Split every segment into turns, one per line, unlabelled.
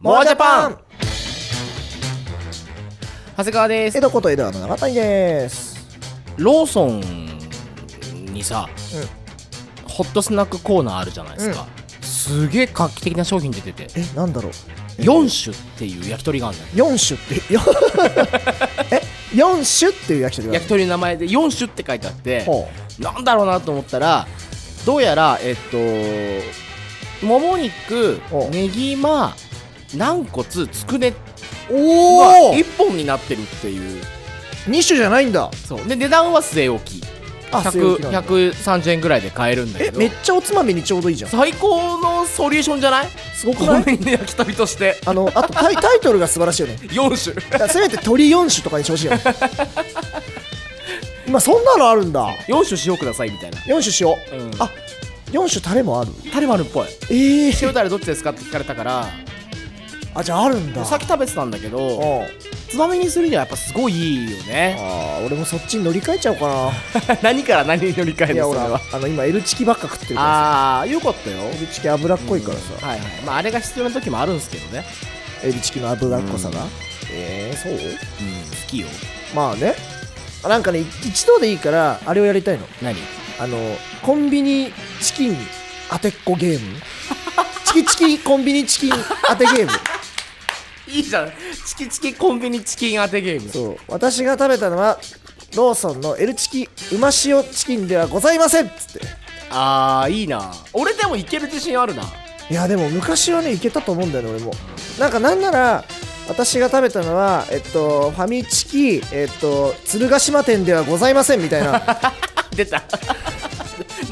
モアジャパン
長谷川で
江
す
戸こと江戸川の永谷です
ローソンにさ、ホットスナックコーナーあるじゃないですか、すげえ画期的な商品出てて
えなんだろう
4種っていう焼き鳥があるんだよ
四種ってよ え四種っていう焼き鳥
焼
がある
き鳥の名前で4種って書いてあって
ほ
なんだろうなと思ったらどうやらえっともも肉
お
ねぎま軟骨つくね
う
が
おお
1本になってるっていう
二種じゃないんだ
そうで値段は据え置き
あ据え置きなんだ
100 130円ぐらいで買えるんだけ
え
ど
めっちゃおつまみにちょうどいいじゃん
最高のソリューションじゃない
すごく
コ
な
ン
い
ビニの焼き鳥として
あのあと タイタイトルが素晴らしいよね
4種
だからせめて鳥四種とかにしてほしいよね 今そんなのあるんだ
4種塩くださいみたいな
四種しよう、
うん
あ四種タレもある
タレもあるっぽい
え え
塩タレどっちですかって聞かれたから
あじゃああるんだ
さっき食べてたんだけど
うん
つまみにするにはやっぱすごいいいよね
あー俺もそっちに乗り換えちゃおうかな
何から何に乗り換える
いや
の
俺
それは
あの今 L チキばっか食ってるから
ああよかったよ
さ L チキ脂っこいからさ、
はいはいまああれが必要な時もあるんですけどね
L チキの脂っこさが、ええそう
うん好きよ
まあねなんかねい一度でいいからあれをやりたいの
何
あのコンビニチキン当てっこゲーム チキチキコンビニチキン当て ゲーム
いいじゃんチキチキコンビニチキン当てゲーム
そう私が食べたのはローソンの L チキうま塩チキンではございませんっつって
ああいいな俺でもいける自信あるない
やでも昔はねいけたと思うんだよね俺もなんかなんなら私が食べたのはえっとファミチキえっと鶴ヶ島店ではございませんみたいな
出た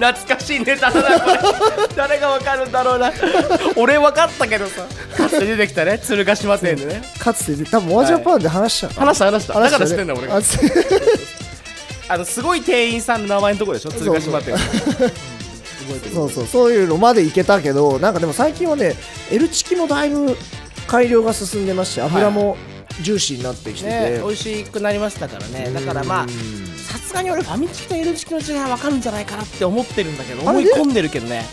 懐かしいネタだなこれ誰がわかるんだろうな俺わかったけどさかつて出てきたね鶴ヶ島 店でね
かつて多分モアジャパンで話したのかな、
話した話しただから知ってんだ俺が
あそう
あのすごい店員さんの名前のとこでしょ鶴ヶ島店
そう そうそういうのまでいけたけどなんかでも最近はね L チキもだいぶ改良が進んでまして油もジューシーになってきてて、
ね美味しくなりましたからねだからまあさすがに俺ファミチキと L チキの違いはわかるんじゃないかなって思ってるんだけど
あ
思
れ
い
ね
込んでるけどね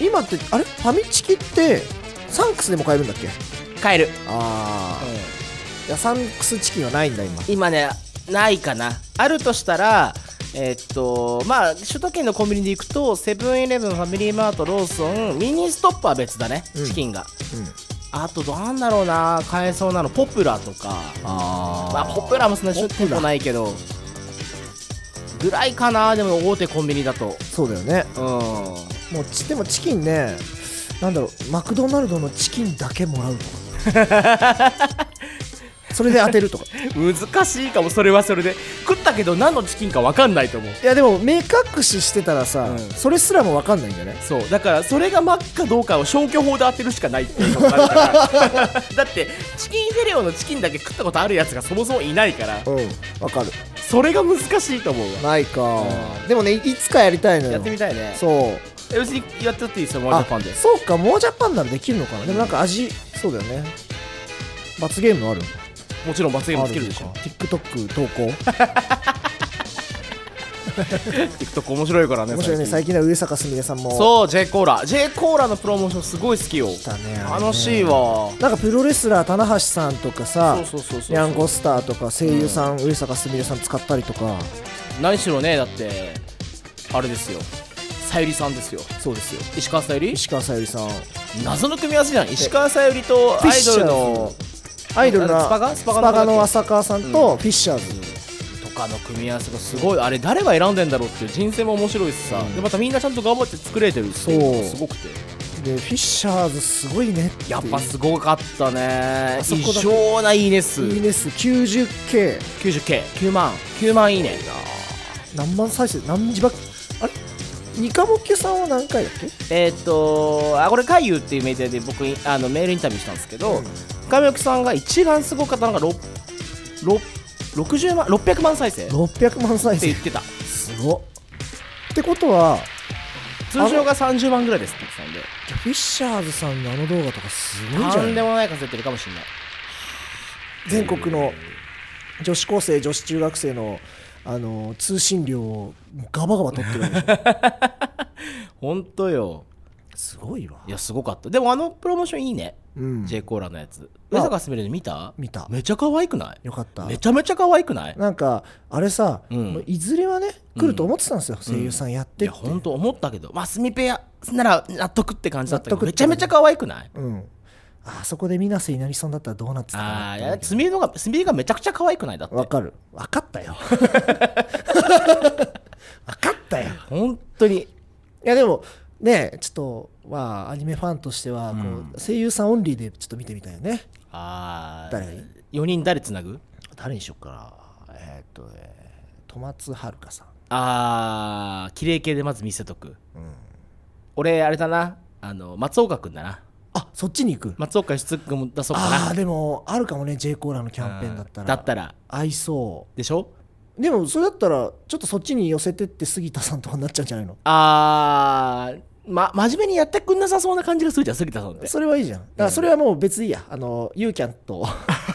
今ってあれファミチキってサンクスでも買えるんだっけ
帰る、
ああ、いやサンクスチキンはないんだ今
今ねないかなあるとしたらえーっとまあ首都圏のコンビニで行くとセブンイレブンファミリーマートローソンミニストップは別だね、
うん
チキンが
うん
あとなんだろうな買えそうなのポプラとか
あ
まあポプラもそんな
ポプラ
店舗ないけどぐらいかなでも大手コンビニだと
そうだよね
う
もうちでもチキンねなんだろうマクドナルドのチキンだけもらうとか それで当てるとか
ん 難しいかもそれはそれで食ったけど何のチキンか分かんないと思う
いやでも目隠ししてたらさ、
うん
それすらも分かんないんだよね
そうだからそれが真っ赤どうかを消去法で当てるしかないっていうのがあるから だってチキンフィレオのチキンだけ食ったことあるやつがそもそもいないから
うん分かる
それが難しいと思うわ
ないか、でもねいつかやりたいのよ
やってみたいね
そう
え別にやっちゃっていいですよモア
あ
ジャパンで
そうかもうジャパンならできるのかなでもなんか味そうだよね罰ゲームある
もちろん罰ゲームつけるでし
あ
ょ
のか TikTok 投 稿
TikTok 面白いからね
面白いね最近では上坂すみれさんも
そう J コーラ J コーラのプロモーションすごい好きよ
だねあれね
楽しいわ
なんかプロレスラー棚橋さんとかさ
そうそうそうそう
ニャンコスターとか声優さん、上坂すみれさん使ったりとか
何しろねだってあれですよさゆりさんですよ
そうですよ
石川さゆり
石川さゆりさん
謎の組み合わせじゃん石川さゆりとアイドルの
アイドルの
スパガ
ス
ス
パ
パガの
ガの浅川さんとフィッシャーズ、
とかの組み合わせがすごいあれ誰が選んでんだろうっていう人生も面白いしさ、でまたみんなちゃんと頑張って作れてるっていうのが
そ
す
う
ごくて
でフィッシャーズすごいねていう
やっぱすごかったね
そこだ
異
け
常ないいね数
いいね数 90K
90K9 万9万いいね
何万再生何時ばっあれニカモキさんは何回だっけ
えーっとあこれ海遊っていうメディアで僕にあのメールインタビューしたんですけど、
うん
深見さんが一番すごかったのがろろ60万600万再生って
600万再
言
生
ってた
すごっってことは
通常が30万ぐらいですって言ってたんで
フィッシャーズさんのあの動画とかすごいじ
と
ゃ
んで
ん
もない数やってるかもしれない
全国の女子高生女子中学生のあの通信料をガバガバ取ってるわけでし ょ
ほんとよ
すごいわ
いやすごかったでもあのプロモーションいいね
うん、
J コーラのやつ
あ
上坂すみれの見た
見た
めちゃ可愛くない
よかった
めちゃめちゃ可愛くない
なんかあれさ、
うん
もういずれはね来ると思ってたんですよ、声優さんやって
い
っ
や
て、
本当思ったけどまあすみペアなら納得って感じだったけど
納得
め
っ
ち
て
ゃ
感じ
めちゃ可愛くない
うん、あそこで水瀬いなりさんだったらどうなってたか
あ
な
あい
って思う
や
けど
すみれのがすみれがめちゃくちゃ可愛くないだって
わかるわかった よわかったよ
本当に
いやでもねちょっとまあアニメファンとしてはこう、
うん
声優さんオンリーでちょっと見てみたいよね
ああ
誰に
4人誰つなぐ
誰にしよっかなえーっとえー、戸松遥さん
ああ綺麗系でまず見せとく、俺あれだなあの松岡君だな
あそっちに行く、
松岡出君も出そうかな
ああーでもあるかもね J コーラのキャンペーンだった
う
ら
んだったら
合いそ
でしょ
うでもそれだったらちょっとそっちに寄せてって杉田さんとかになっちゃうんじゃないの
あーま真面目にやってくんなさそうな感じがするじゃん杉田さんって
それはいいじゃんだからそれはもう別でいいやあのユーキャン と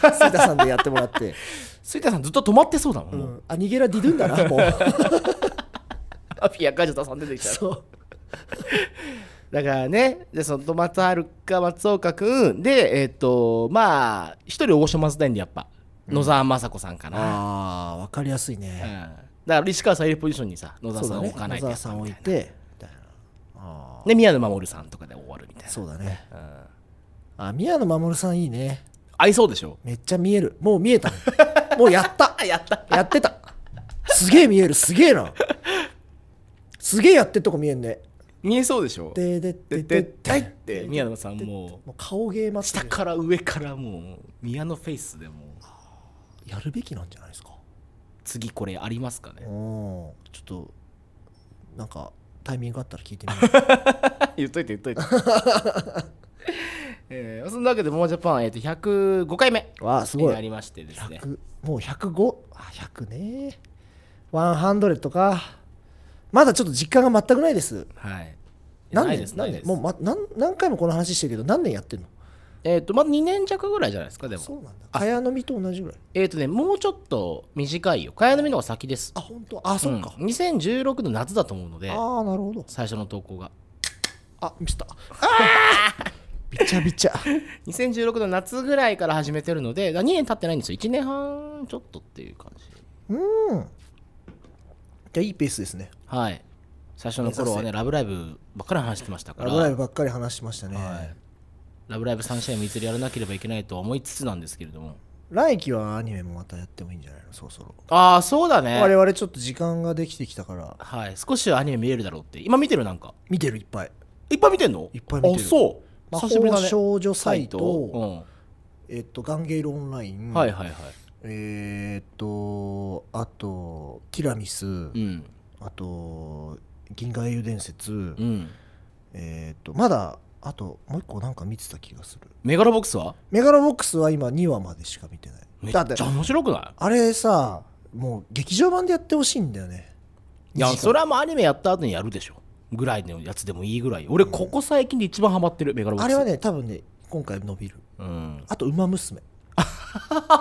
杉田さんでやってもらって
杉田さんずっと止まってそうだもん、
う、
もうん
あ逃げらディドゥンだなもう
アピアガジュタさん出てきたら
そう
だからねでその戸松遥か松岡君でえっ、とまあ一人大島松田んでやっぱ野沢雅子さんかな、
ああ分かりやすい
うん
ね、
だから石川さんいるポジションにさ野沢
そう
さん
だ
を
ね
置かない
野
とや
沢
っ
さ
ぱ
ん
み
置い
たいな
てみたいなあ
で宮野真守さんとかで終わるみたい
ー
な
そうだね
うん
あ宮野真守さんいいね
合いそうでしょ
めっちゃ見えるもう 見えたもうやった
やった
やってたすげえ見えるすげえなすげえやってるとこ見えんね
見えそうでしょ
ででで
で
で
で
で
って宮野さんもう
もう顔芸ま
下から上からもう宮野フェイスでもう
やるべきなんじゃないですか
次これありますか ね
おーちょっとなんかタイミングあったら聞いてみよう
言っといて言っといて、 えーそんなわけでモージャパン、えー、と105回目
わあす
に
ご
ないりましてですね
100もう105あ100ね100とかまだちょっと実感が全くないです
はい
何
ない
年
ですな
何
い
年
です
もう、ま、何何回もこの話してるけど何年やってんの
えっ、とまだ2年弱ぐらいじゃないですかでも
そうなんだ茅野実と同じぐらい
えっ、とねもうちょっと短いよ茅野美の方が先です
あ本当あそっか、
うん2016の夏だと思うので
ああなるほど
最初の投稿が
あ見せたあー びちゃびちゃ
2016の夏ぐらいから始めてるので2年経ってないんですよ1年半ちょっとっていう感じ
うんじゃいいペースですね
はい最初の頃は
目指
ね「ラブライブ!」ばっかり話してましたか
ラ
ら
ブライブばっかり話してましたね、
はいラブライブサンシャインもいずれやらなければいけないとは思いつつなんですけれども
来期はアニメもまたやってもいいんじゃないのそろそろ、
ああそうだね
我々ちょっと時間ができてきたから
はい少しはアニメ見れるだろうって今見てるなんか
見てるいっぱい
いっぱい見てんの
いっぱい見てる
あそう
魔
久しぶり
法
だね
少女サイト、
うん
えっとガンゲイルオンライン、
はいはいはい
えーっとあとティラミス、
うん
あと銀河英雄伝説、
うん
えーっとまだあともう一個なんか見てた気がする
メガロボックスは
メガロボックスは今2話までしか見てな
め
い
っ
だって
ちゃ面白くない
あれさもう劇場版でやってほしいんだよね
いや
二時間
それはもうアニメやった後にやるでしょぐらいのやつでもいいぐらい俺ここ最近で一番ハマってるメガロボッ
あ
クス
れはね多分ね今回伸びる
うん
あと「ウマ娘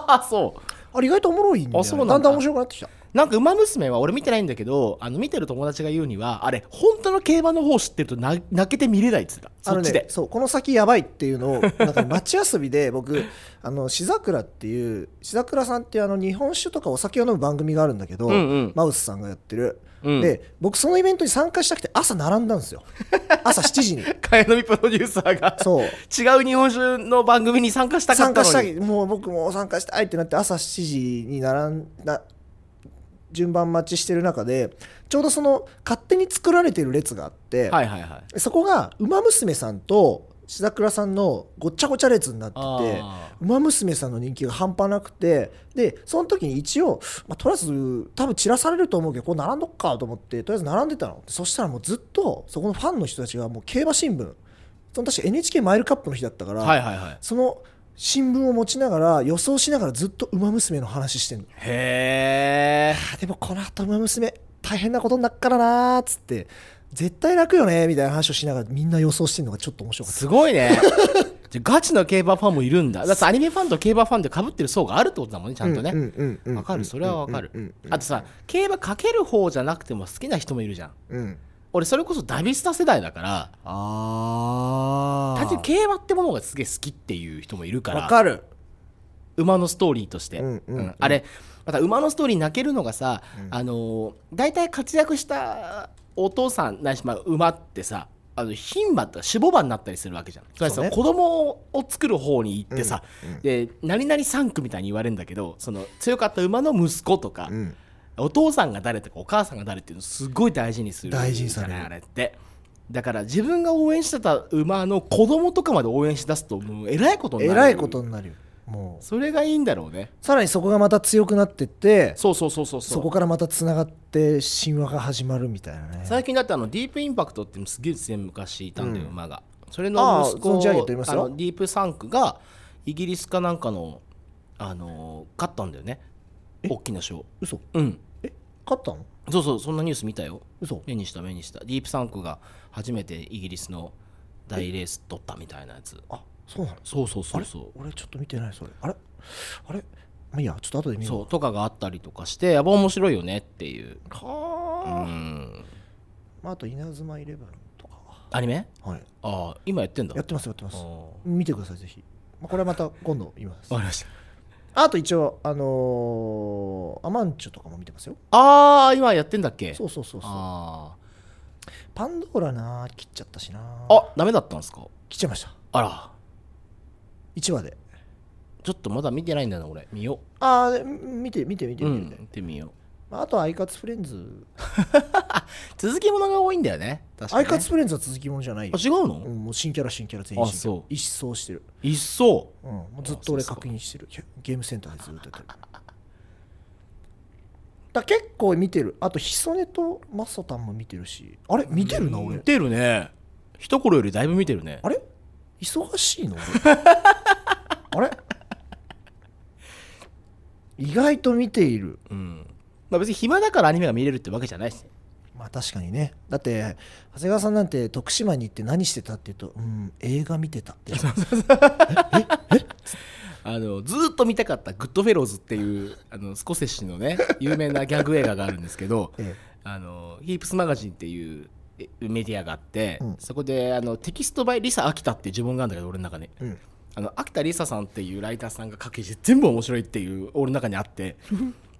あそう」
あれ意外とおもろいんだよ
あそうなんだ
だんだん面白くなってきた
なんか「ウマ娘」は俺見てないんだけどあの見てる友達が言うにはあれ本当の競馬の方知ってるとな泣けて見れないっつってた
あ
そ
の
っち
ね
で、
そうこの先やばいっていうのをなんか街遊びで 僕あのしざくらっていうしざくらさんっていうあの日本酒とかお酒を飲む番組があるんだけど、
うんうん
マウスさんがやってる、
うん
で僕そのイベントに参加したくて朝並んだんですよ朝7時に
茅野美プロデューサーが
そう
違う日本酒の番組に参加したか
参
った
加
の
した
に
いもう僕も参加したいってなって朝7時に並んだ順番待ちしてる中でちょうどその勝手に作られてる列があって、
はいはいはい
そこが「ウマ娘」さんと志桜さんのごっちゃごちゃ列になってて
あ
ウマ娘さんの人気が半端なくてでその時に一応、まあ、とりあえず多分散らされると思うけどこう並んどっかと思ってとりあえず並んでたのそしたらもうずっとそこのファンの人たちがもう競馬新聞その確か NHK マイルカップの日だったから、
ーはいはいはい
その新聞を持ちながら予想しながらずっと「ウマ娘」の話してんの
へえ
あでもこの後ウマ娘大変なことになっからなーっつって絶対楽よねみたいな話をしながらみんな予想してんのがちょっと面白かった
すごいねじゃガチの競馬ファンもいるんだだってアニメファンと競馬ファンでかぶってる層があるってことだもんねちゃんとね、
ね
わかるそれはわかる
うんうんうん
あとさ競馬かける方じゃなくても好きな人もいるじゃん
うん
俺それこそダビスタ世代だから
あ
単純に競馬ってものがすげえ好きっていう人もいるか
わ
ら
かる
馬のストーリーとして、
うんうんうん
あれまた馬のストーリー泣けるのがさ、あのー大体活躍したお父さんないし、まあ、馬ってさあの牝馬って死母馬になったりするわけじゃんつまりその子供を作る方に行ってさ、で何々産区みたいに言われるんだけどその強かった馬の息子とか、
うん
お父さんが誰とかお母さんが誰っていうのをすごい大事にする
大事にされる
じゃないあれってだから自分が応援してた馬の子供とかまで応援しだすともうえらいことに
え
なる
らいことになるよもう
それがいいんだろうね
さらにそこがまた強くなってって
そうそうそうそう
そこからまたつながって神話が始まるみたいなね
最近だってあのディープインパクトってすげえ全昔いたんだよ、
うん
馬がそれ
あ
の
あ
息子
存じ上げておりますよ
あのディープサンクがイギリスかなんかのあのー勝ったんだよね大きな賞
嘘
うん
え勝ったの
そうそうそんなニュース見たよ
嘘
目にした目にしたディープサンクが初めてイギリスの大レース取ったみたいなやつ
あそうなの
そうそうそ
あ
う
れ
そう
俺ちょっと見てないそれあれあれまあいいやちょっと後で見よう
そうとかがあったりとかしてやば面白いよねっていうう
はあ、
ん
まあ、あと稲妻イレブンとかは
アニメ
はい
ああ今やってんだ
やってますやってます
あ
見てくださいぜひ、まあ、これはまた今度言います
あわかりました
あと一応あのーアマンチュとかも見てますよ
ああ今やってんだっけ
そうそうそうそう
あ
パンドラな切っちゃったしな
ーあダメだったんですか
切っちゃいました
あら
1話で
ちょっとまだ見てないんだな俺見よ
ああ見て見て見て
う、う
見て見
ん、
て、
見てみよう
まああとはアイカツフレンズ
続きものが多いんだよね確か
ア
に
イ
ね、
カツフレンズは続きものじゃないよ
あ違うの、
うんもう新キャラ新キャラ全員新キ
あ
ャ
そ
ラ
う
一掃してる、
いっそ
うん、もうずっと俺
あそうっすか
確認してるゲームセンターでずっとやって るだ結構見てるあとヒソネとマソタンも見てるしあれ見てるな俺
見てるね一頃よりだいぶ見てるね
あれ忙しいの 俺あれ意外と見ている
うんまあ別に暇だからアニメが見れるってわけじゃないしね
まあ確かにねだって長谷川さんなんて徳島に行って何してたっていうとうん映画見てた って
あのずーっと見たかった「グッドフェローズ」っていうあのスコセッシの ね有名なギャグ映画があるんですけど
え
あのヒープスマガジンっていうえメディアがあって、
うん
そこであのテキストバイリサ・アキタっていう呪文があるんだけど俺の中で、
えうん
あの秋田梨沙さんっていうライターさんが書きして全部面白いっていう俺の中にあっ て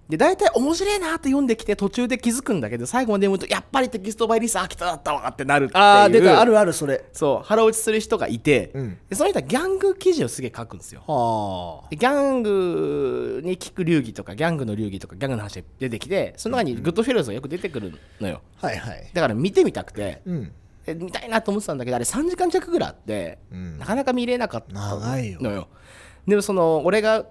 で大体面白いなって読んできて途中で気づくんだけど最後まで読むとやっぱりテキストバイリサ秋田だったわってなるっていう
ああ出たあるあるそれ
そう腹落ちする人がいて、
うん
でその人はギャング記事をすげえ書くんですよ
は
でギャングに聞く流儀とかギャングの流儀とかギャングの話が出てきてその中にグッドフェローズがよく出てくるのよ
あはいはい
だから見てみたくて
うん
え見たいなと思ってたんだけどあれ3時間弱ぐらいあって、
うん
なかなか見れなかった
長いよ
のよでもその俺が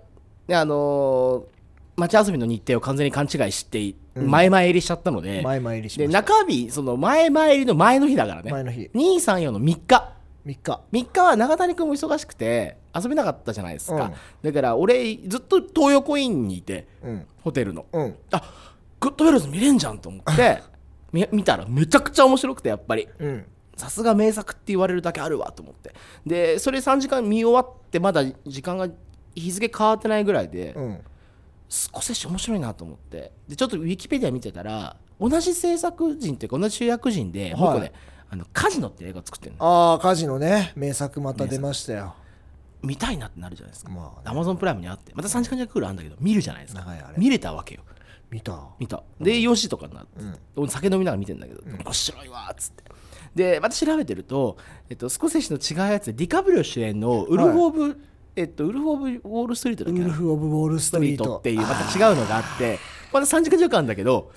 ねあのー街遊びの日程を完全に勘違いしてい前々入りしちゃったので、
前参りし
で
ました
中日その前々入りの前の日だからね
前の日
234の3日
3日
3日は永谷君も忙しくて遊べなかったじゃないですか、
うん
だから俺ずっと東横インにいて
うん
ホテルの
うん
あグッドフェルズ見れんじゃんと思って み見たらめちゃくちゃ面白くてやっぱり
うん
さすが名作って言われるだけあるわと思ってでそれ3時間見終わってまだ時間が日付変わってないぐらいで、
うん
少し面白いなと思ってでちょっとウィキペディア見てたら同じ制作人っていうか同じ主役人で、
はい
もう一個ねあのカジノって映画作ってるの
ああカジノね名作また出ましたよ
見たいなってなるじゃないですか
まあ
ア
ね
マゾンプライムにあってまた3時間弱ぐらいあるんだけど見るじゃないですか
長いあれ
見れたわけよ
見た
見たで4時とかになって、俺酒飲みながら見てんだけど、面白いわーっつってでまた調べてると、えっと、スコセッシの違うやつでディカブリオ主演のウルフ・オブ、えっと、ウルフ・オブ・ウォール・ストリートだっ
ウ
けな
ルフ・オブ・ウォール・ス
スト
トリ
リ
ー
ート
ト
っていうまた違うのがあってまた3時間時間あるんだけど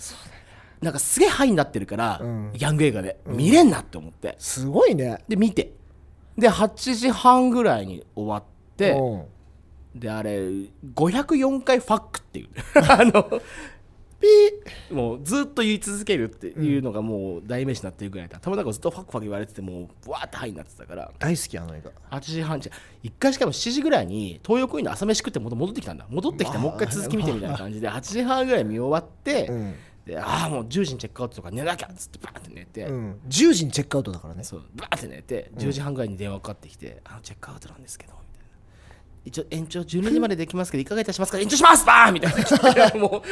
なんかすげえハイになってるから、
うん
ヤング映画で見れんなって思って
すごいね
で見てで8時半ぐらいに終わって、
うん
であれ504回ファックっていう あのピーもうずっと言い続けるっていうのがもう代名詞になってるぐらいだ頭の中ずっとファックファック言われててもうブワーってハイになってたから
大好きあの映画
8時半じゃ1回しかも7時ぐらいに東横インの朝飯食って戻戻ってきたんだ戻ってきて
まあ
もう一回続き見てみたいな感じで8時半ぐらい見終わって、
うん
でああもう10時にチェックアウトとか寝なきゃっつってバーって寝て、
うん10時にチェックアウトだからね
そうバーって寝て10時半ぐらいに電話かかってきて「あのチェックアウトなんですけど」みたいな。一応延長12時までできますけどいかがいたしますか延長しますバーンみたいなも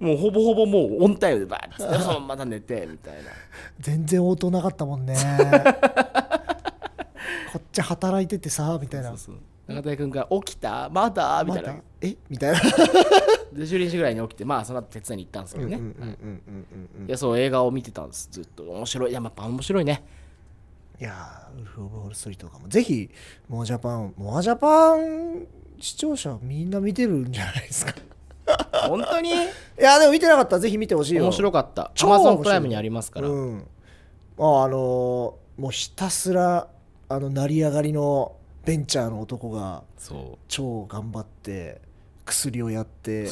う もうほぼほぼもうオンタイムでバーッつってそのまた寝てみたいな
全然応答なかったもん ねこっち働いててさみたいな
そうそう中谷君が「起きたまだ?」みたいな
またえみたいな
で12時ぐらいに起きてまあその後手伝いに行ったんですけどね、
うんうんうん
はい
うんうんうん
いやそう映画を見てたんですずっと面白いいややっぱ面白いね
いやーウルフ・オブ・ウォール・ストリートとかもぜひモアジャパンモアジャパン視聴者みんな見てるんじゃないですか
本当に
いやでも見てなかったらぜひ見てほしいよ
面白かったア
超
マ
面白
ゾ
い
ンプライムにありますから、
うん、まああのーもうひたすらあの成り上がりのベンチャーの男が
そ
超頑張って薬を やって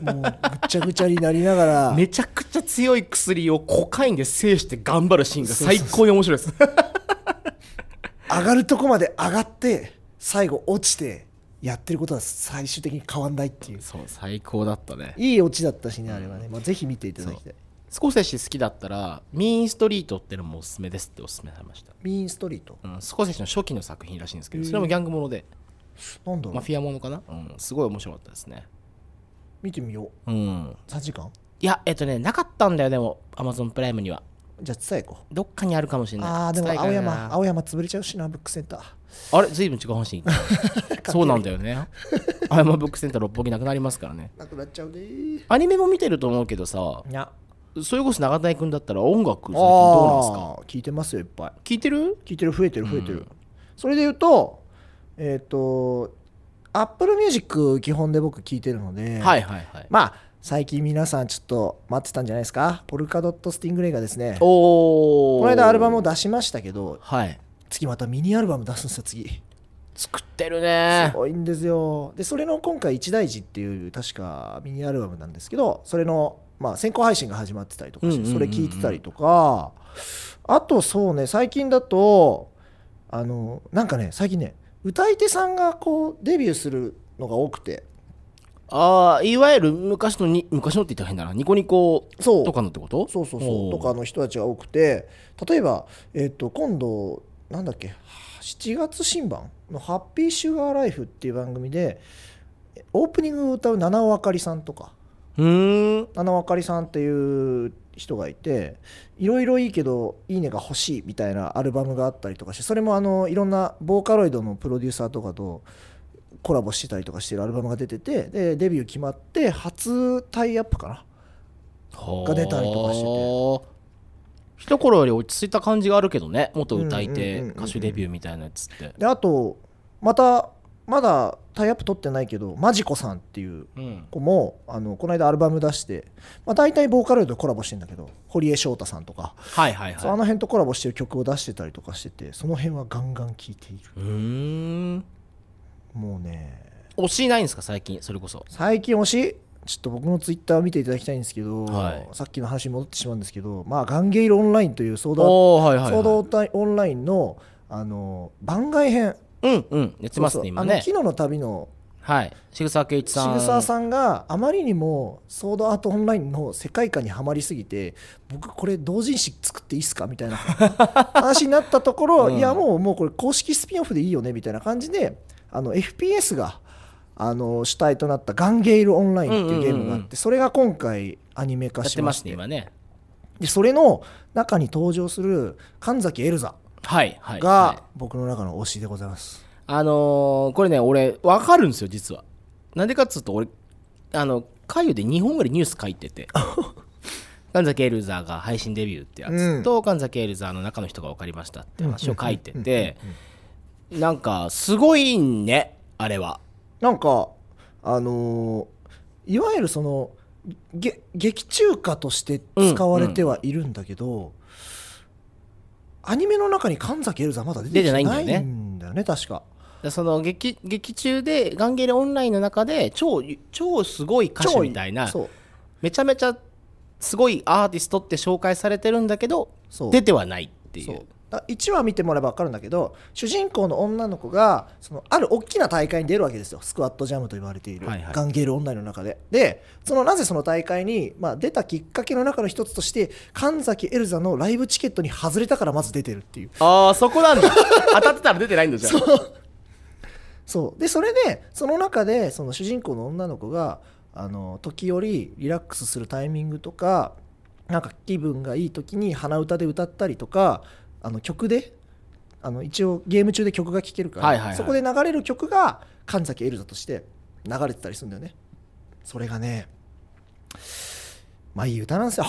もうぐちゃぐちゃになりながら
う めちゃくちゃ強い薬をコカインで制して頑張るシーンが最高に面白いです
上がるとこまで上がって最後落ちてやってることは最終的に変わんないってい う
そう最高だったね
いいオチだったしねあれはね、まあ、ぜひ見ていただきたい
スコセッシ好きだったら「ミーンストリート」ってのもおすすめですっておすすめされました、
ミーンストリート
うん、スコセッシの初期の作品らしいんですけどそれもギャングもので
なんだろ
マ
う
フィアものかな、うん、すごい面白かったですね
見てみよう
うん
3時間
いやえっとねなかったんだよでもアマゾンプライムには
じゃあ伝え行こう
どっかにあるかもしれない
ああでも
伝えかな
青山青山潰れちゃうしなブックセンター
あれずいぶん違う 話に行ったそうなんだよ ね青山ブックセンター六本木なくなりますからね
なくなっちゃうね
アニメも見てると思うけどさ
いや
それこそ永谷君だったら音楽最近
あ
どうなんですか
ー聞いてますよいっぱい
聞いてる
聞いてる増えてる増えてる、それで言うとえっ、とアップルミュージック基本で僕聞いてるので、
はいはいはい
まあ最近皆さんちょっと待ってたんじゃないですかポルカドット・スティングレイがですねこ
おお
の間アルバムを出しましたけど
はい
次またミニアルバム出すんですよ次
作ってる
す
ね
ごいんですよでそれの今回「一大事」っていう確かミニアルバムなんですけどそれのまあ先行配信が始まってたりとか
うん
し
うんう
て
んうん
それ聞いてたりとかあとそうね最近だとあのなんかね最近ね歌い手さんがこうデビューするのが多くて
ああいわゆる昔のに昔のって言ったら変だなニコニコ
そう
とかのってこと
そうそうそ
お
う
ー
とかの人たちが多くて例えば、えっと今度なんだっけ7月新版の「ハッピーシュガーライフ」っていう番組でオープニングを歌う七尾あかりさんとか
うーん
七尾あかりさんっていう人がいていろいろいいけど「いいね」が欲しいみたいなアルバムがあったりとかしてそれもあのいろんなボーカロイドのプロデューサーとかとコラボしてたりとかしてるアルバムが出ててでデビュー決まって初タイアップかなが出たりとかしてて
はあ一頃より落ち着いた感じがあるけどね元歌い
うん
手
うんうんうんうん
歌手デビューみたいなやつって
であとまたまだタイアップ取ってないけどマジコさんっていう
うん
子もあのこの間アルバム出して、まあ、大体ボーカロイドとコラボしてんだけど堀江翔太さんとか、
はいはい
そうあ
は
の辺とコラボしてる曲を出してたりとかしててその辺はガンガン聴いている
いうーん
もうね
推しいないんですか最近それこそ
最近推しちょっと僕のツイッターを見ていただきたいんですけど、
はい
さっきの話に戻ってしまうんですけどまあガンゲイルオンラインというソード
おおはいはい
ソー
は
ドオンラインオンラインのあの番外編
いうんうんやってます
そうそう
ね今
あの
ね
昨日の旅の
はい渋沢圭一
シ
さん
グサーさんがあまりにもソードアートオンラインの世界観にはまりすぎて僕これ同人誌作っていいっすかみたい な話になったところ、
うん
いやもうもうこれ公式スピンオフでいいよねみたいな感じであの FPS があの主体となった「ガンゲイルオンライン」っていうゲーム
うん
があって、
うんうんうん
それが今回アニメ化
やっ
してま
ま
し
す
て
ね今ね
でそれの中に登場する神崎エルザ
はいはいはい
が僕の中の推しでございます。
あのーこれね俺わかるんですよ実はなんでかっつうと俺あの海外で2本ぐらいニュース書いて て神崎エルザーが配信デビューってやつと、神崎エルザーの中の人が分かりましたって話を書いててなんかすごいねあれは
なんかあのーいわゆるそのげ劇中歌として使われてはいるんだけど、アニメの中に神崎エルザまだ出てきてないんだよ
出て
ね
ない
確か
でその劇劇中でガンゲレオンラインの中で超超すごい歌手みたいな
そう
めちゃめちゃすごいアーティストって紹介されてるんだけど
そう
出てはないってい
そう
う
だ1話見てもらえば分かるんだけど主人公の女の子がそのある大きな大会に出るわけですよスクワットジャムと言われている、
はいはい
ガンゲールオンラインの中ででそのなぜその大会に、まあ、出たきっかけの中の一つとして神崎エルザのライブチケットに外れたからまず出てるっていう
ああそこ なんだ当たってたら出てないんだじゃん
そうでそれでその中でその主人公の女の子があの時折リラックスするタイミングとかなんか気分がいい時に鼻歌で歌ったりとかあの曲であの一応ゲーム中で曲が聴けるから、
はいはいはい
そこで流れる曲が神崎エルザとして流れてたりするんだよねそれがねまあいい歌なんですよ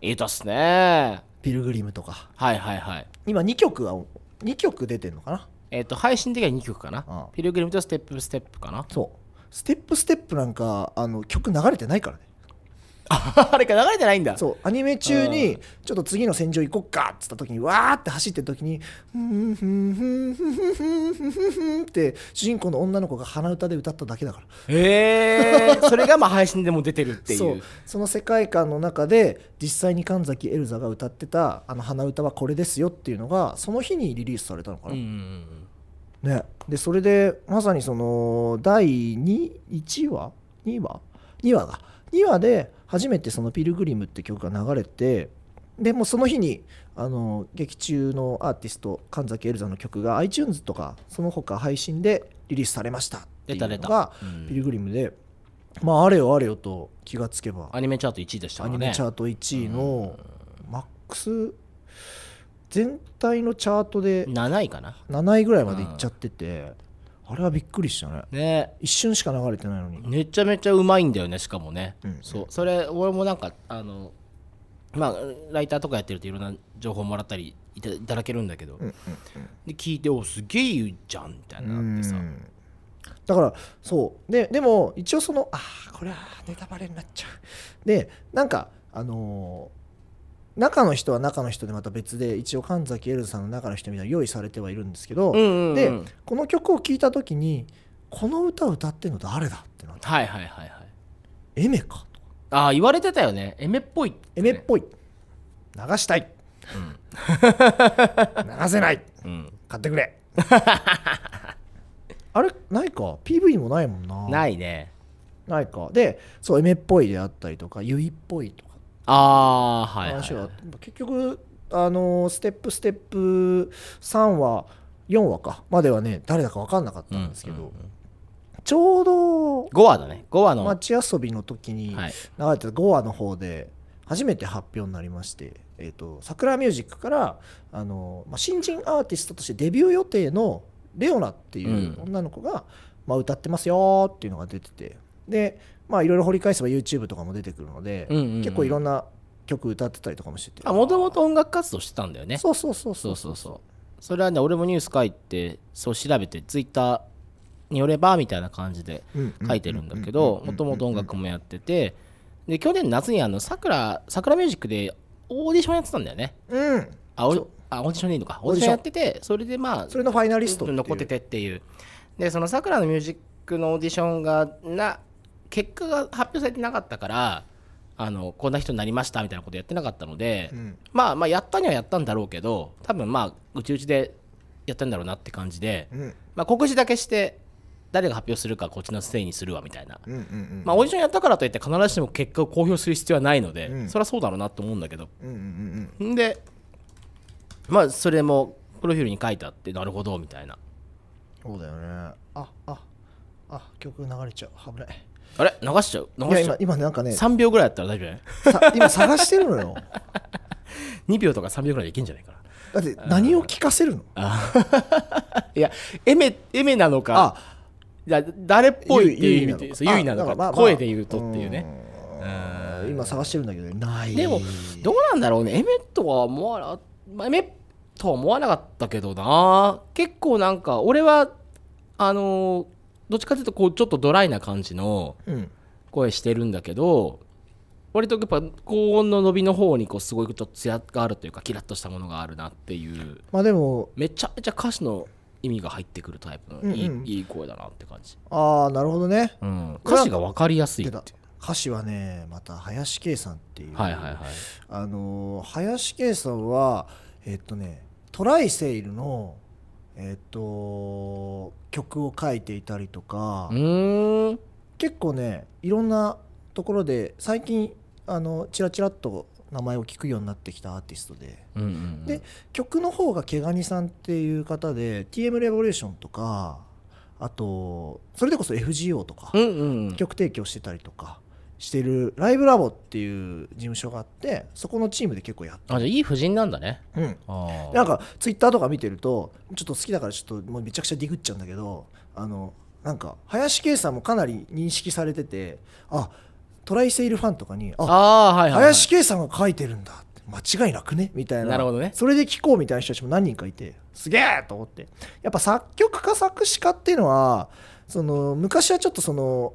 いいとっすね
ピルグリムとか
はいはいはい
今2曲は2曲出てんのかな
えっ、と配信的には2曲かな、
うん
ピルグリムとステップステップかな
そうステップステップなんかあの曲流れてないからね
あれか流れてないんだ
そうアニメ中
う
にちょっと次の戦場行こっかっつった時にわーって走ってる時に「ふんふんふんふんふんふんふんふんふん」って主人公の女の子が鼻歌で歌っただけだから
へえそれがまあ配信でも出てるっていう
そうその世界観の中で実際に神崎エルザが歌ってたあの鼻歌はこれですよっていうのがその日にリリースされたのか
う
な、
んうんうん
ね、でそれでまさにその第1話2話2話が2話で初めてその「ピルグリム」って曲が流れてでもうその日にあの劇中のアーティスト神崎エルザの曲が iTunes とかその他配信でリリースされましたっていうの
出た
が
出たうん
「ピルグリムで」まああれよあれよと気がつけば
アニメチャート1位でした
ア
からね
ニメチャート1位のマックス全体のチャートで
7位かな
7位ぐらいまで行っちゃってて、あれはびっくりしたね
ね
一瞬しか流れてないのに、
めちゃめちゃうまいんだよねしかもね、
うん
そうそれ俺もなんかあのまあライターとかやってるといろんな情報もらったりいたいただけるんだけど、で聞いて「おすげえ言うじゃん」みたいなのあってさ、
うんだからそうででも一応そのあーこれはネタバレになっちゃうでなんかあのー中の人は中の人でまた別で一応神崎エルズさんの中の人みたいな用意されてはいるんですけど、
うんうんうん
でこの曲を聴いた時にこの歌を歌ってるの誰だってなって
はいはいはいはい
エメかと
ああ言われてたよねエメっぽい
エメっ
ね
ぽい流したい、流せない
うん、
買ってくれ あれないか PV もないもんな
ないね
ないかでそうエメっぽいであったりとかユイっぽいとか
ああはいはい
話があ
は
って、結局あのーステップステップ3話4話かまではね誰だか分かんなかったんですけど、
うんうん
ちょうど
5話だね5話の、
街遊びの時に
はい
流れてた5話の方で初めて発表になりまして、えー、と桜ミュージックからあの、まあ、新人アーティストとしてデビュー予定のレオナっていう
うん
女の子が、まあ、歌ってますよーっていうのが出ててでまあいろいろ掘り返せば YouTube とかも出てくるので、
うんうんうん
結構いろんな曲歌ってたりとかもしてて
あもともと音楽活動してたんだよね
そうそうそうそ
そううそうそうそれはね俺もニュース書いてそう調べてツイッターによればみたいな感じで
うん
書いてるんだけどもともと音楽もやっててで去年の夏にあのさくらさくらミュージックでオーディションやってたんだよね
うん
あオーディあオーディションでいいのかオーディションやっててそれでまあ
それのファイナリストっていう
残っててっていうでそのさくらのミュージックのオーディションがな結果が発表されてなかったからあのこんな人になりましたみたいなことやってなかったので、
うん
まあまあやったにはやったんだろうけど多分まあうちうちでやったんだろうなって感じで、
うん
まあ、告示だけして誰が発表するかこっちのせいにするわみたいな、
うんうん
まあ、オーディションやったからといって必ずしも結果を公表する必要はないので、
うん
そりゃそうだろうなと思うんだけど
うんうんうん
んでまあそれもプロフィールに書いてあってなるほどみたいな
うんそうだよねあああ曲流れちゃう危ない
あれ流しちゃう流
いや
しちゃ
今
う
今なんかね
3秒ぐらいやったら大丈夫じゃない
さ今探してるの よ
2秒とか3秒ぐらいでいけんじゃないかな
だって何を聞かせるの
いやエメエメなのか
あ
いや誰っぽいっていう意味で
ゆいゆいな
そうゆいなの
のかあだからまあ
か
まあ
声で言うとっていうね
うん今探してるんだけどない
でもどうなんだろうねエメとは思わなまあエメとは思わなかったけどな結構なんか俺はあのーどっちかというとこうちょっとドライな感じの
うん
声してるんだけど割とやっぱ高音の伸びの方にこうすごいちょっとツヤがあるというかキラッとしたものがあるなっていう
まあでも
めちゃめちゃ歌詞の意味が入ってくるタイプの
うんうん
いい,、いい声だなって感じ、
ああなるほどね
うん、歌詞が分かりやすい
出
って
た歌詞はねまた林圭さんっていう、
はいはいはい
あのー林圭さんはえっとねトライセイルのえっと曲を書いていたりとか
うーん
結構ねいろんなところで最近あのチラチラっと名前を聞くようになってきたアーティストで
うんうんうん
で曲の方が毛ガニさんっていう方で TM レボリューションとかあとそれでこそ FGO とか
うんうん
曲提供してたりとかしてるライブラボっていう事務所があってそこのチームで結構やっ
あじゃあいい夫人なんだね
て、うん、
あ
なんかツイッターとか見てるとちょっと好きだからちょっともうめちゃくちゃディグっちゃうんだけどあのなんか林圭さんもかなり認識されててあトライセイルファンとかにあ
ああはいはい、はい、
林圭さんが書いてるんだって間違いなくねみたいな
なるほどね
それで聞こうみたいな人たちも何人かいてすげえと思ってやっぱ作曲家作詞家っていうのはその昔はちょっとその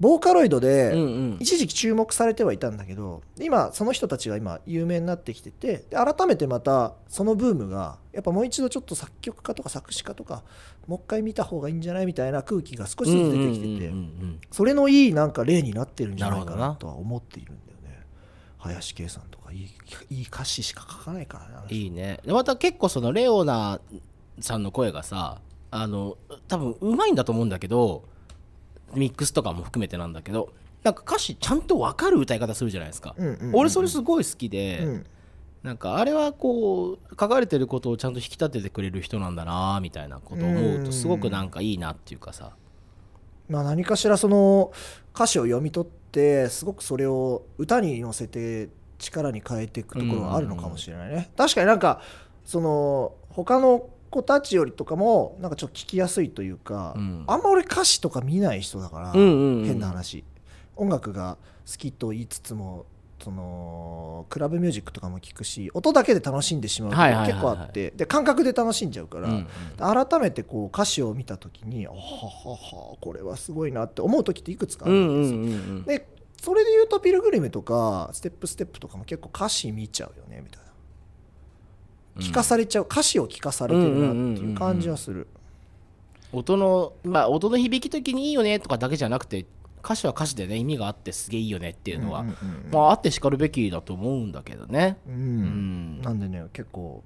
ボーカロイドで、
うんうん
一時期注目されてはいたんだけど今その人たちが今有名になってきててで改めてまたそのブームがやっぱもう一度ちょっと作曲家とか作詞家とかもう一回見た方がいいんじゃないみたいな空気が少しずつ出てきてて、
うんうんうんうん
それのいいなんか例になってるんじゃないか
なるほど
な
な
とは思っているんだよね林圭さんとかいいいい歌詞しか書かないからない
いね
ねでまた結構そのレオナさんの声がさあの多分うまいんだと思うんだけどミックスとかも含めてなんだけどなんか歌詞ちゃんと分かる歌い方するじゃないですか、
うんうんうんうん
俺それすごい好きで、
うん
なんかあれはこう書かれてることをちゃんと引き立ててくれる人なんだなみたいなことを思う
う
と
ん
すごくなんかいいなっていうかさ
まあ、何かしらその歌詞を読み取ってすごくそれを歌に乗せて力に変えていくところはあるのかもしれないね、確かになんかその他の子たちよりとかもなんかちょっと聞きやすいというか、
うん
あんま俺歌詞とか見ない人だから、
うんうんうん
変な話音楽が好きと言いつつもそのクラブミュージックとかも聞くし音だけで楽しんでしまうこと
はいはい
が
はいはい
結構あって、で感覚で楽しんじゃうから、
うんうん
改めてこう歌詞を見た時にあはははこれはすごいなって思う時っていくつかあ
う
る
ん
ん
う
ですよ、
んうんうん
でそれで言うと「ピルグリム」とか「ステップステップ」とかも結構歌詞見ちゃうよねみたいな聞かされちゃう、歌詞を聞かされてるなっていう感じはする、
音のまあ音の響き時にいいよねとかだけじゃなくて歌詞は歌詞でね意味があってすげえいいよねっていうのは、
うんうんうん
まああってしかるべきだと思うんだけどね
う
うんん
なんでね結構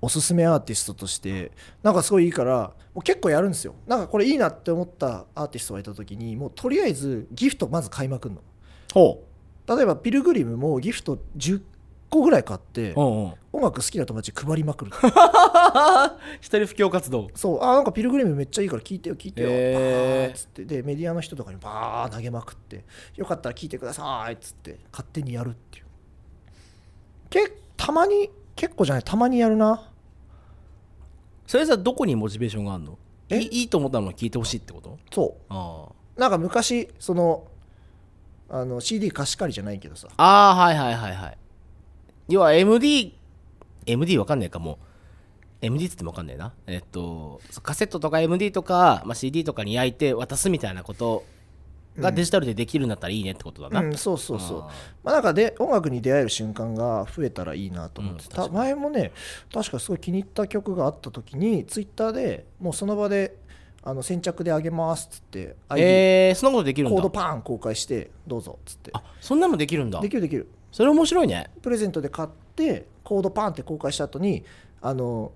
おすすめアーティストとしてなんかすごいいいからもう結構やるんですよなんかこれいいなって思ったアーティストがいた時にもうとりあえずギフトまず買いまくんの
ほ
例えばピルグリムもギフト10個ぐらい買って
ううんうん
音楽好きな友達に配りまくる
一人布教活動
そうあなんかピルグリムめっちゃいいから聞いてよ聞いてよ、
へー
バーッつってでメディアの人とかにバーッ投げまくってよかったら聞いてくださいっつって勝手にやるっていうけたまに結構じゃないたまにやるな
それさどこにモチベーションがあるのい
え
いいいと思ったのを聞いてほしいってこと
そ
あ
うなんか昔そのあの CD 貸し借りじゃないけどさ
あーはいはいはいはい要は MDMD わかんないかもう MD っつってもわかんないなえっとそうカセットとか MD とか、まあ、CD とかに焼いて渡すみたいなことがデジタルでできるんだったらいいねってことだな、
うん、そうそうそう
あー
まあ、なんかで音楽に出会える瞬間が増えたらいいなと思って
うん
た、
確かに
前もね確かすごい気に入った曲があった時にツイッターでもうその場であの先着であげますっつって、
えー、そんなことできる
ID
ん
コード
だ
パーン公開してどうぞっつって
あそんなのできるんだ
できるできる
それ面白いね
プレゼントで買ってコードパーンって公開した後にあの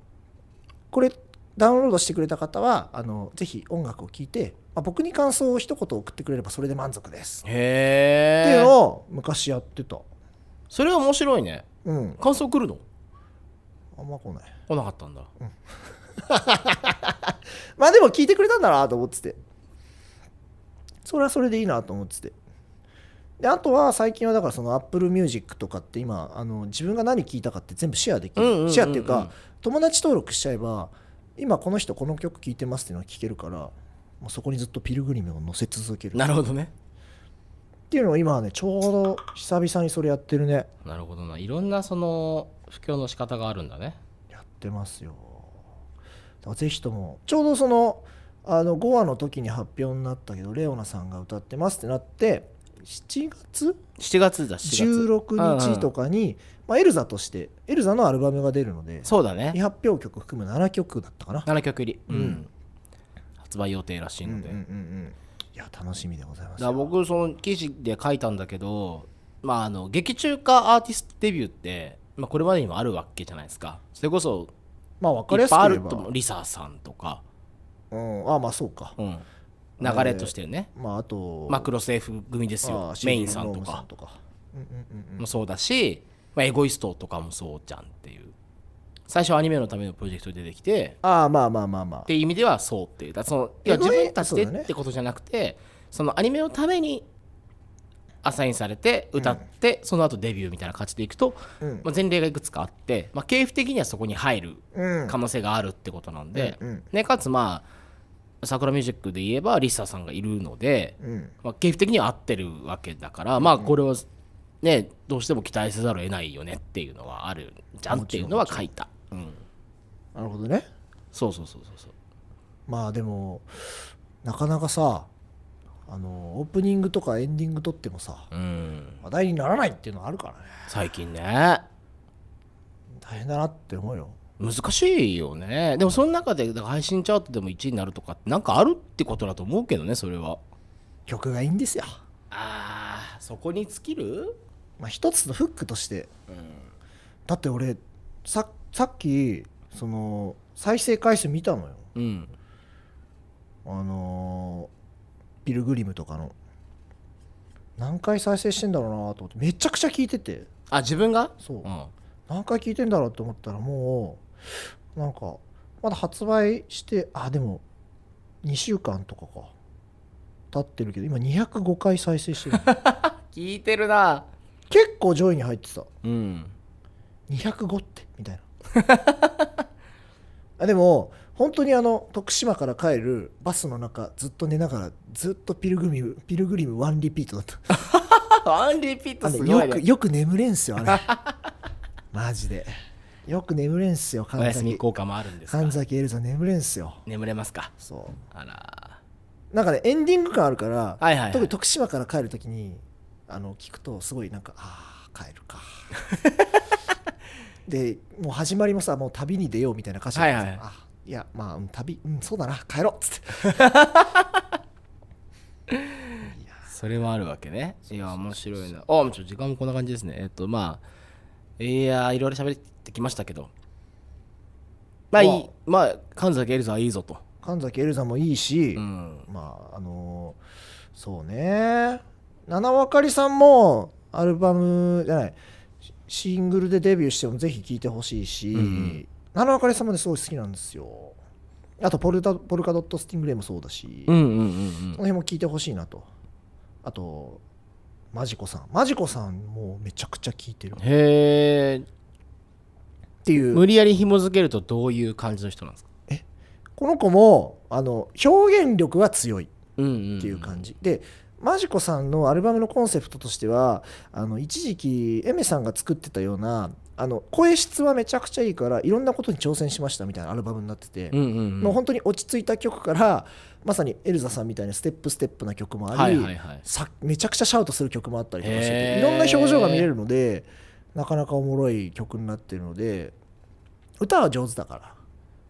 これダウンロードしてくれた方はあのぜひ音楽を聴いて、まあ、僕に感想を一言送ってくれればそれで満足です、
へ
っていう
え
のを昔やってた
それは面白いね
うん
感想来るの
あんま来ない
来なかったんだ
まあでも聞いてくれたんだなと思ってて。それはそれでいいなと思ってて。で、あとは最近はだからその Apple Music とかって今、あの自分が何聞いたかって全部シェアできる。
うんうんうんうん
シェアっていうか、友達登録しちゃえば、今この人この曲聴いてますっていうのが聞けるから、もうそこにずっとピルグリムを載せ続ける。
なるほどね
っていうのを今はね、ちょうど久々にそれやってるね。
なるほどないろんなその布教の仕方があるんだね
やってますよ。だからぜひとも、ちょうどその、あの5話の時に発表になったけど、レオナさんが歌ってますってなって、7月
7月だ7月
16日とかに、まあ、エルザとして、エルザのアルバムが出るので、
そうだね
未発表曲含む7曲だったかな。
7曲入り、うん
うん
発売予定らしいので、
うんうんうんうんいや、楽しみでございま
だ
す
から
よ。
僕その記事で書いたんだけどまああの劇中歌アーティストデビューって、まあ、これまでにもあるわけじゃないですかそれこそ
まあ、分
い
かりや
っ
すく
ぱいあ
言え
る
ば
と思うリサさんとか、
うん、ああ、まあそうか。
うん、流れとしてね
まあ、あと、
マクロ政府組です
あ
よ
あ
メインさんと
シー
か
ズロームさんとかうんうんうんうん
もそうだし、まあ、エゴイストとかもそうじゃんっていう最初アニメのためのプロジェクトで出てきて
ああまあまあまあまあ
っていう意味ではそうっていうだそのいや
エロい
自分たちで
そうだね
ってことじゃなくてそ,、のアニメのためにアサインされて歌って、その後デビューみたいな感じでいくと、
うん
まあ、前例がいくつかあって、まあ、経費的にはそこに入る
うん
可能性があるってことなんで、
うんうん
ね、かつまあ桜ミュージックで言えばリサさんがいるので、
うん
まあ、経費的には合ってるわけだから、まあこれはねどうしても期待せざるを得ないよねっていうのはあるじゃんっていうのは書いた、うん、
なるほどね
そうそうそうそうそう
まあでもなかなかさあのオープニングとかエンディング撮ってもさ
うん
話題にならないっていうのはあるからね
最近ね
大変だなって思うよ
難しいよねでもその中でだから配信チャートでも1位になるとかってなんかあるってことだと思うけどねそれは
曲がいいんですよ
あーそこに尽きる
まあ、一つのフックとして、だって俺ささっきその再生回数見たのよ
うん
あのーピルグリムとかの何回再生してんだろうなと思ってめちゃくちゃ聞いてて
あ自分が
そう、
うん
何回聞いてんだろうと思ったらもうなんかまだ発売してあでも2週間とかか経ってるけど今205回再 生してる
聞いてるな
結構上位に入ってた
うん
205ってみたいな あでも本当にあの徳島から帰るバスの中ずっと寝ながらずっとピルグリムピルグリムワンリピー トだった
ワンリピート
あ
す
の
ご
よ
い
く
ね
よく眠れんすよ あれマジでよく眠れんすよ
お
神
休み
崎
効果もあるんですか
神崎エルザ眠れんすよ
眠れますか
そ
あら
うなんかねエンディング感あるから、
はいはいはい
特に徳島から帰るときにあの聞くとすごいなんかあー帰る かでもう始まりもさもう旅に出ようみたいな歌詞があって
は
さ
いはい
あいやまあ、うん、旅うんそうだな帰ろうっつって
それもあるわけねいや面白いなあもうちょっと時間もこんな感じですねえっとまあいやーいろいろ喋ってきましたけどまあいいまあ神崎エリさんはいいぞと
神崎エルザもいいし、
うん
まああのーそうね七わかりさんもアルバムじゃないシシングルでデビューしてもぜひ聴いてほしいし、
うんうん
七わかりさんもねすごい好きなんですよあとポルタポルカドット・スティングレイもそうだし、
うん
その
うんうん
辺も聴いてほしいなとあとマジコさんマジコさんもめちゃくちゃ聴いてる
うんへえ
っていう
無理やり紐付けるとどういう感じの人なんですか
この子もあの表現力は強い
うんうん
っていう感じ、でマジコさんのアルバムのコンセプトとしてはあの一時期エメさんが作ってたようなあの声質はめちゃくちゃいいからいろんなことに挑戦しましたみたいなアルバムになってて、
うんうんうん
もう本当に落ち着いた曲からまさにエルザさんみたいなステップステップな曲もあり、
はいはいはい
さめちゃくちゃシャウトする曲もあったりとかして
へ
て
ー
いろんな表情が見れるのでなかなかおもろい曲になってるので歌は上手だから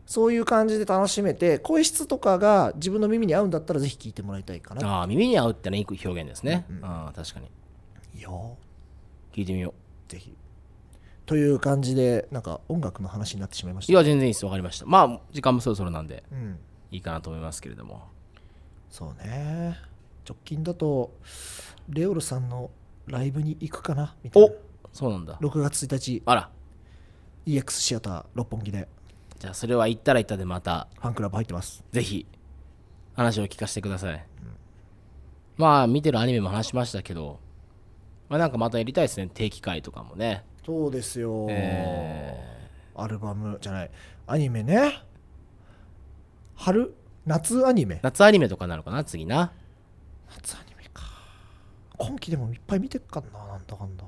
そういう感じで楽しめて声質とかが自分の耳に合うんだったらぜひ聴いてもらいたいかな
ああ耳に合うってのはいい表現ですね
うんうん
ああ確かに
いいよ
聞いてみよう
ぜひという感じでなんか音楽の話になってしまいまし
い
た、
や全然いいですわかりましたまあ時間もそろそろなんで
うん、
いいかなと思いますけれども
そうね直近だとレオルさんのライブに行くかなみたいな
そうなんだ
6月1日
あら
EX シアター六本木で
じゃあそれは行ったら行ったでまた
ファンクラブ入ってます
ぜひ話を聞かせてください、まあ見てるアニメも話しましたけどまあなんかまたやりたいですね定期会とかもね
そうですよ、
え
アルバムじゃないアニメね春夏アニメ
夏アニメとかなのかな次な
夏アニメか今期でもいっぱい見てっかんななんだかんだ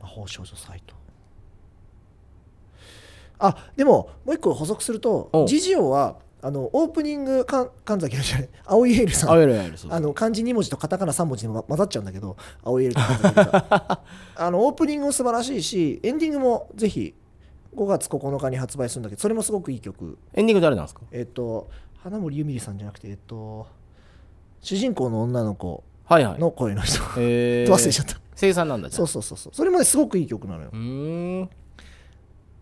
魔法少女サイトあでももう一個補足すると
おう
ジジオはあのオープニングかん神崎じゃない青井エールさん
あやるやるそうそう
あの漢字2文字とカタカナ3文字で混ざっちゃうんだけど青いエルとカタカ ナがあのオープニングも素晴らしいしエンディングもぜひ5月9日に発売するんだけどそれもすごくいい曲
エンディング誰なんですか
えっと花森ゆみりさんじゃなくてえっと主人公の女の子
はいはい
の声の人、
えー、
忘れちゃった
生産なんだじゃ
そ
あ
うそうそうそうそれもねすごくいい曲なのよ
うーん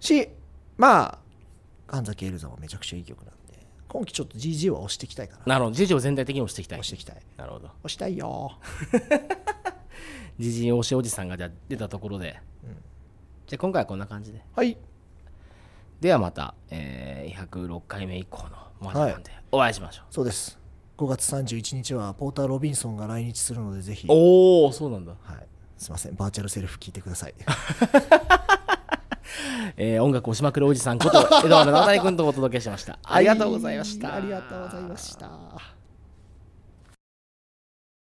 しまあ神崎エルザもめちゃくちゃいい曲なんで今期ちょっと GG は押していきたいかな
なるほどジジを全体的に押していきたい
押していきたい
なるほど
押したいよ
ジジ推しおじさんがじゃあ出たところで、じゃあ今回はこんな感じで
はい
ではまた、えー、106回目以降の話題なんでお会いしましょ
そうです5月31日はポーター・ロビンソンが来日するのでぜひ、
う、
はい、
おおそうなんだ、
すいませんバーチャルセルフ聞いてく ださい
えー、音楽をしまくるおじさんこと江戸原渡君とお届けしましたありがとうございました
ありがとうございました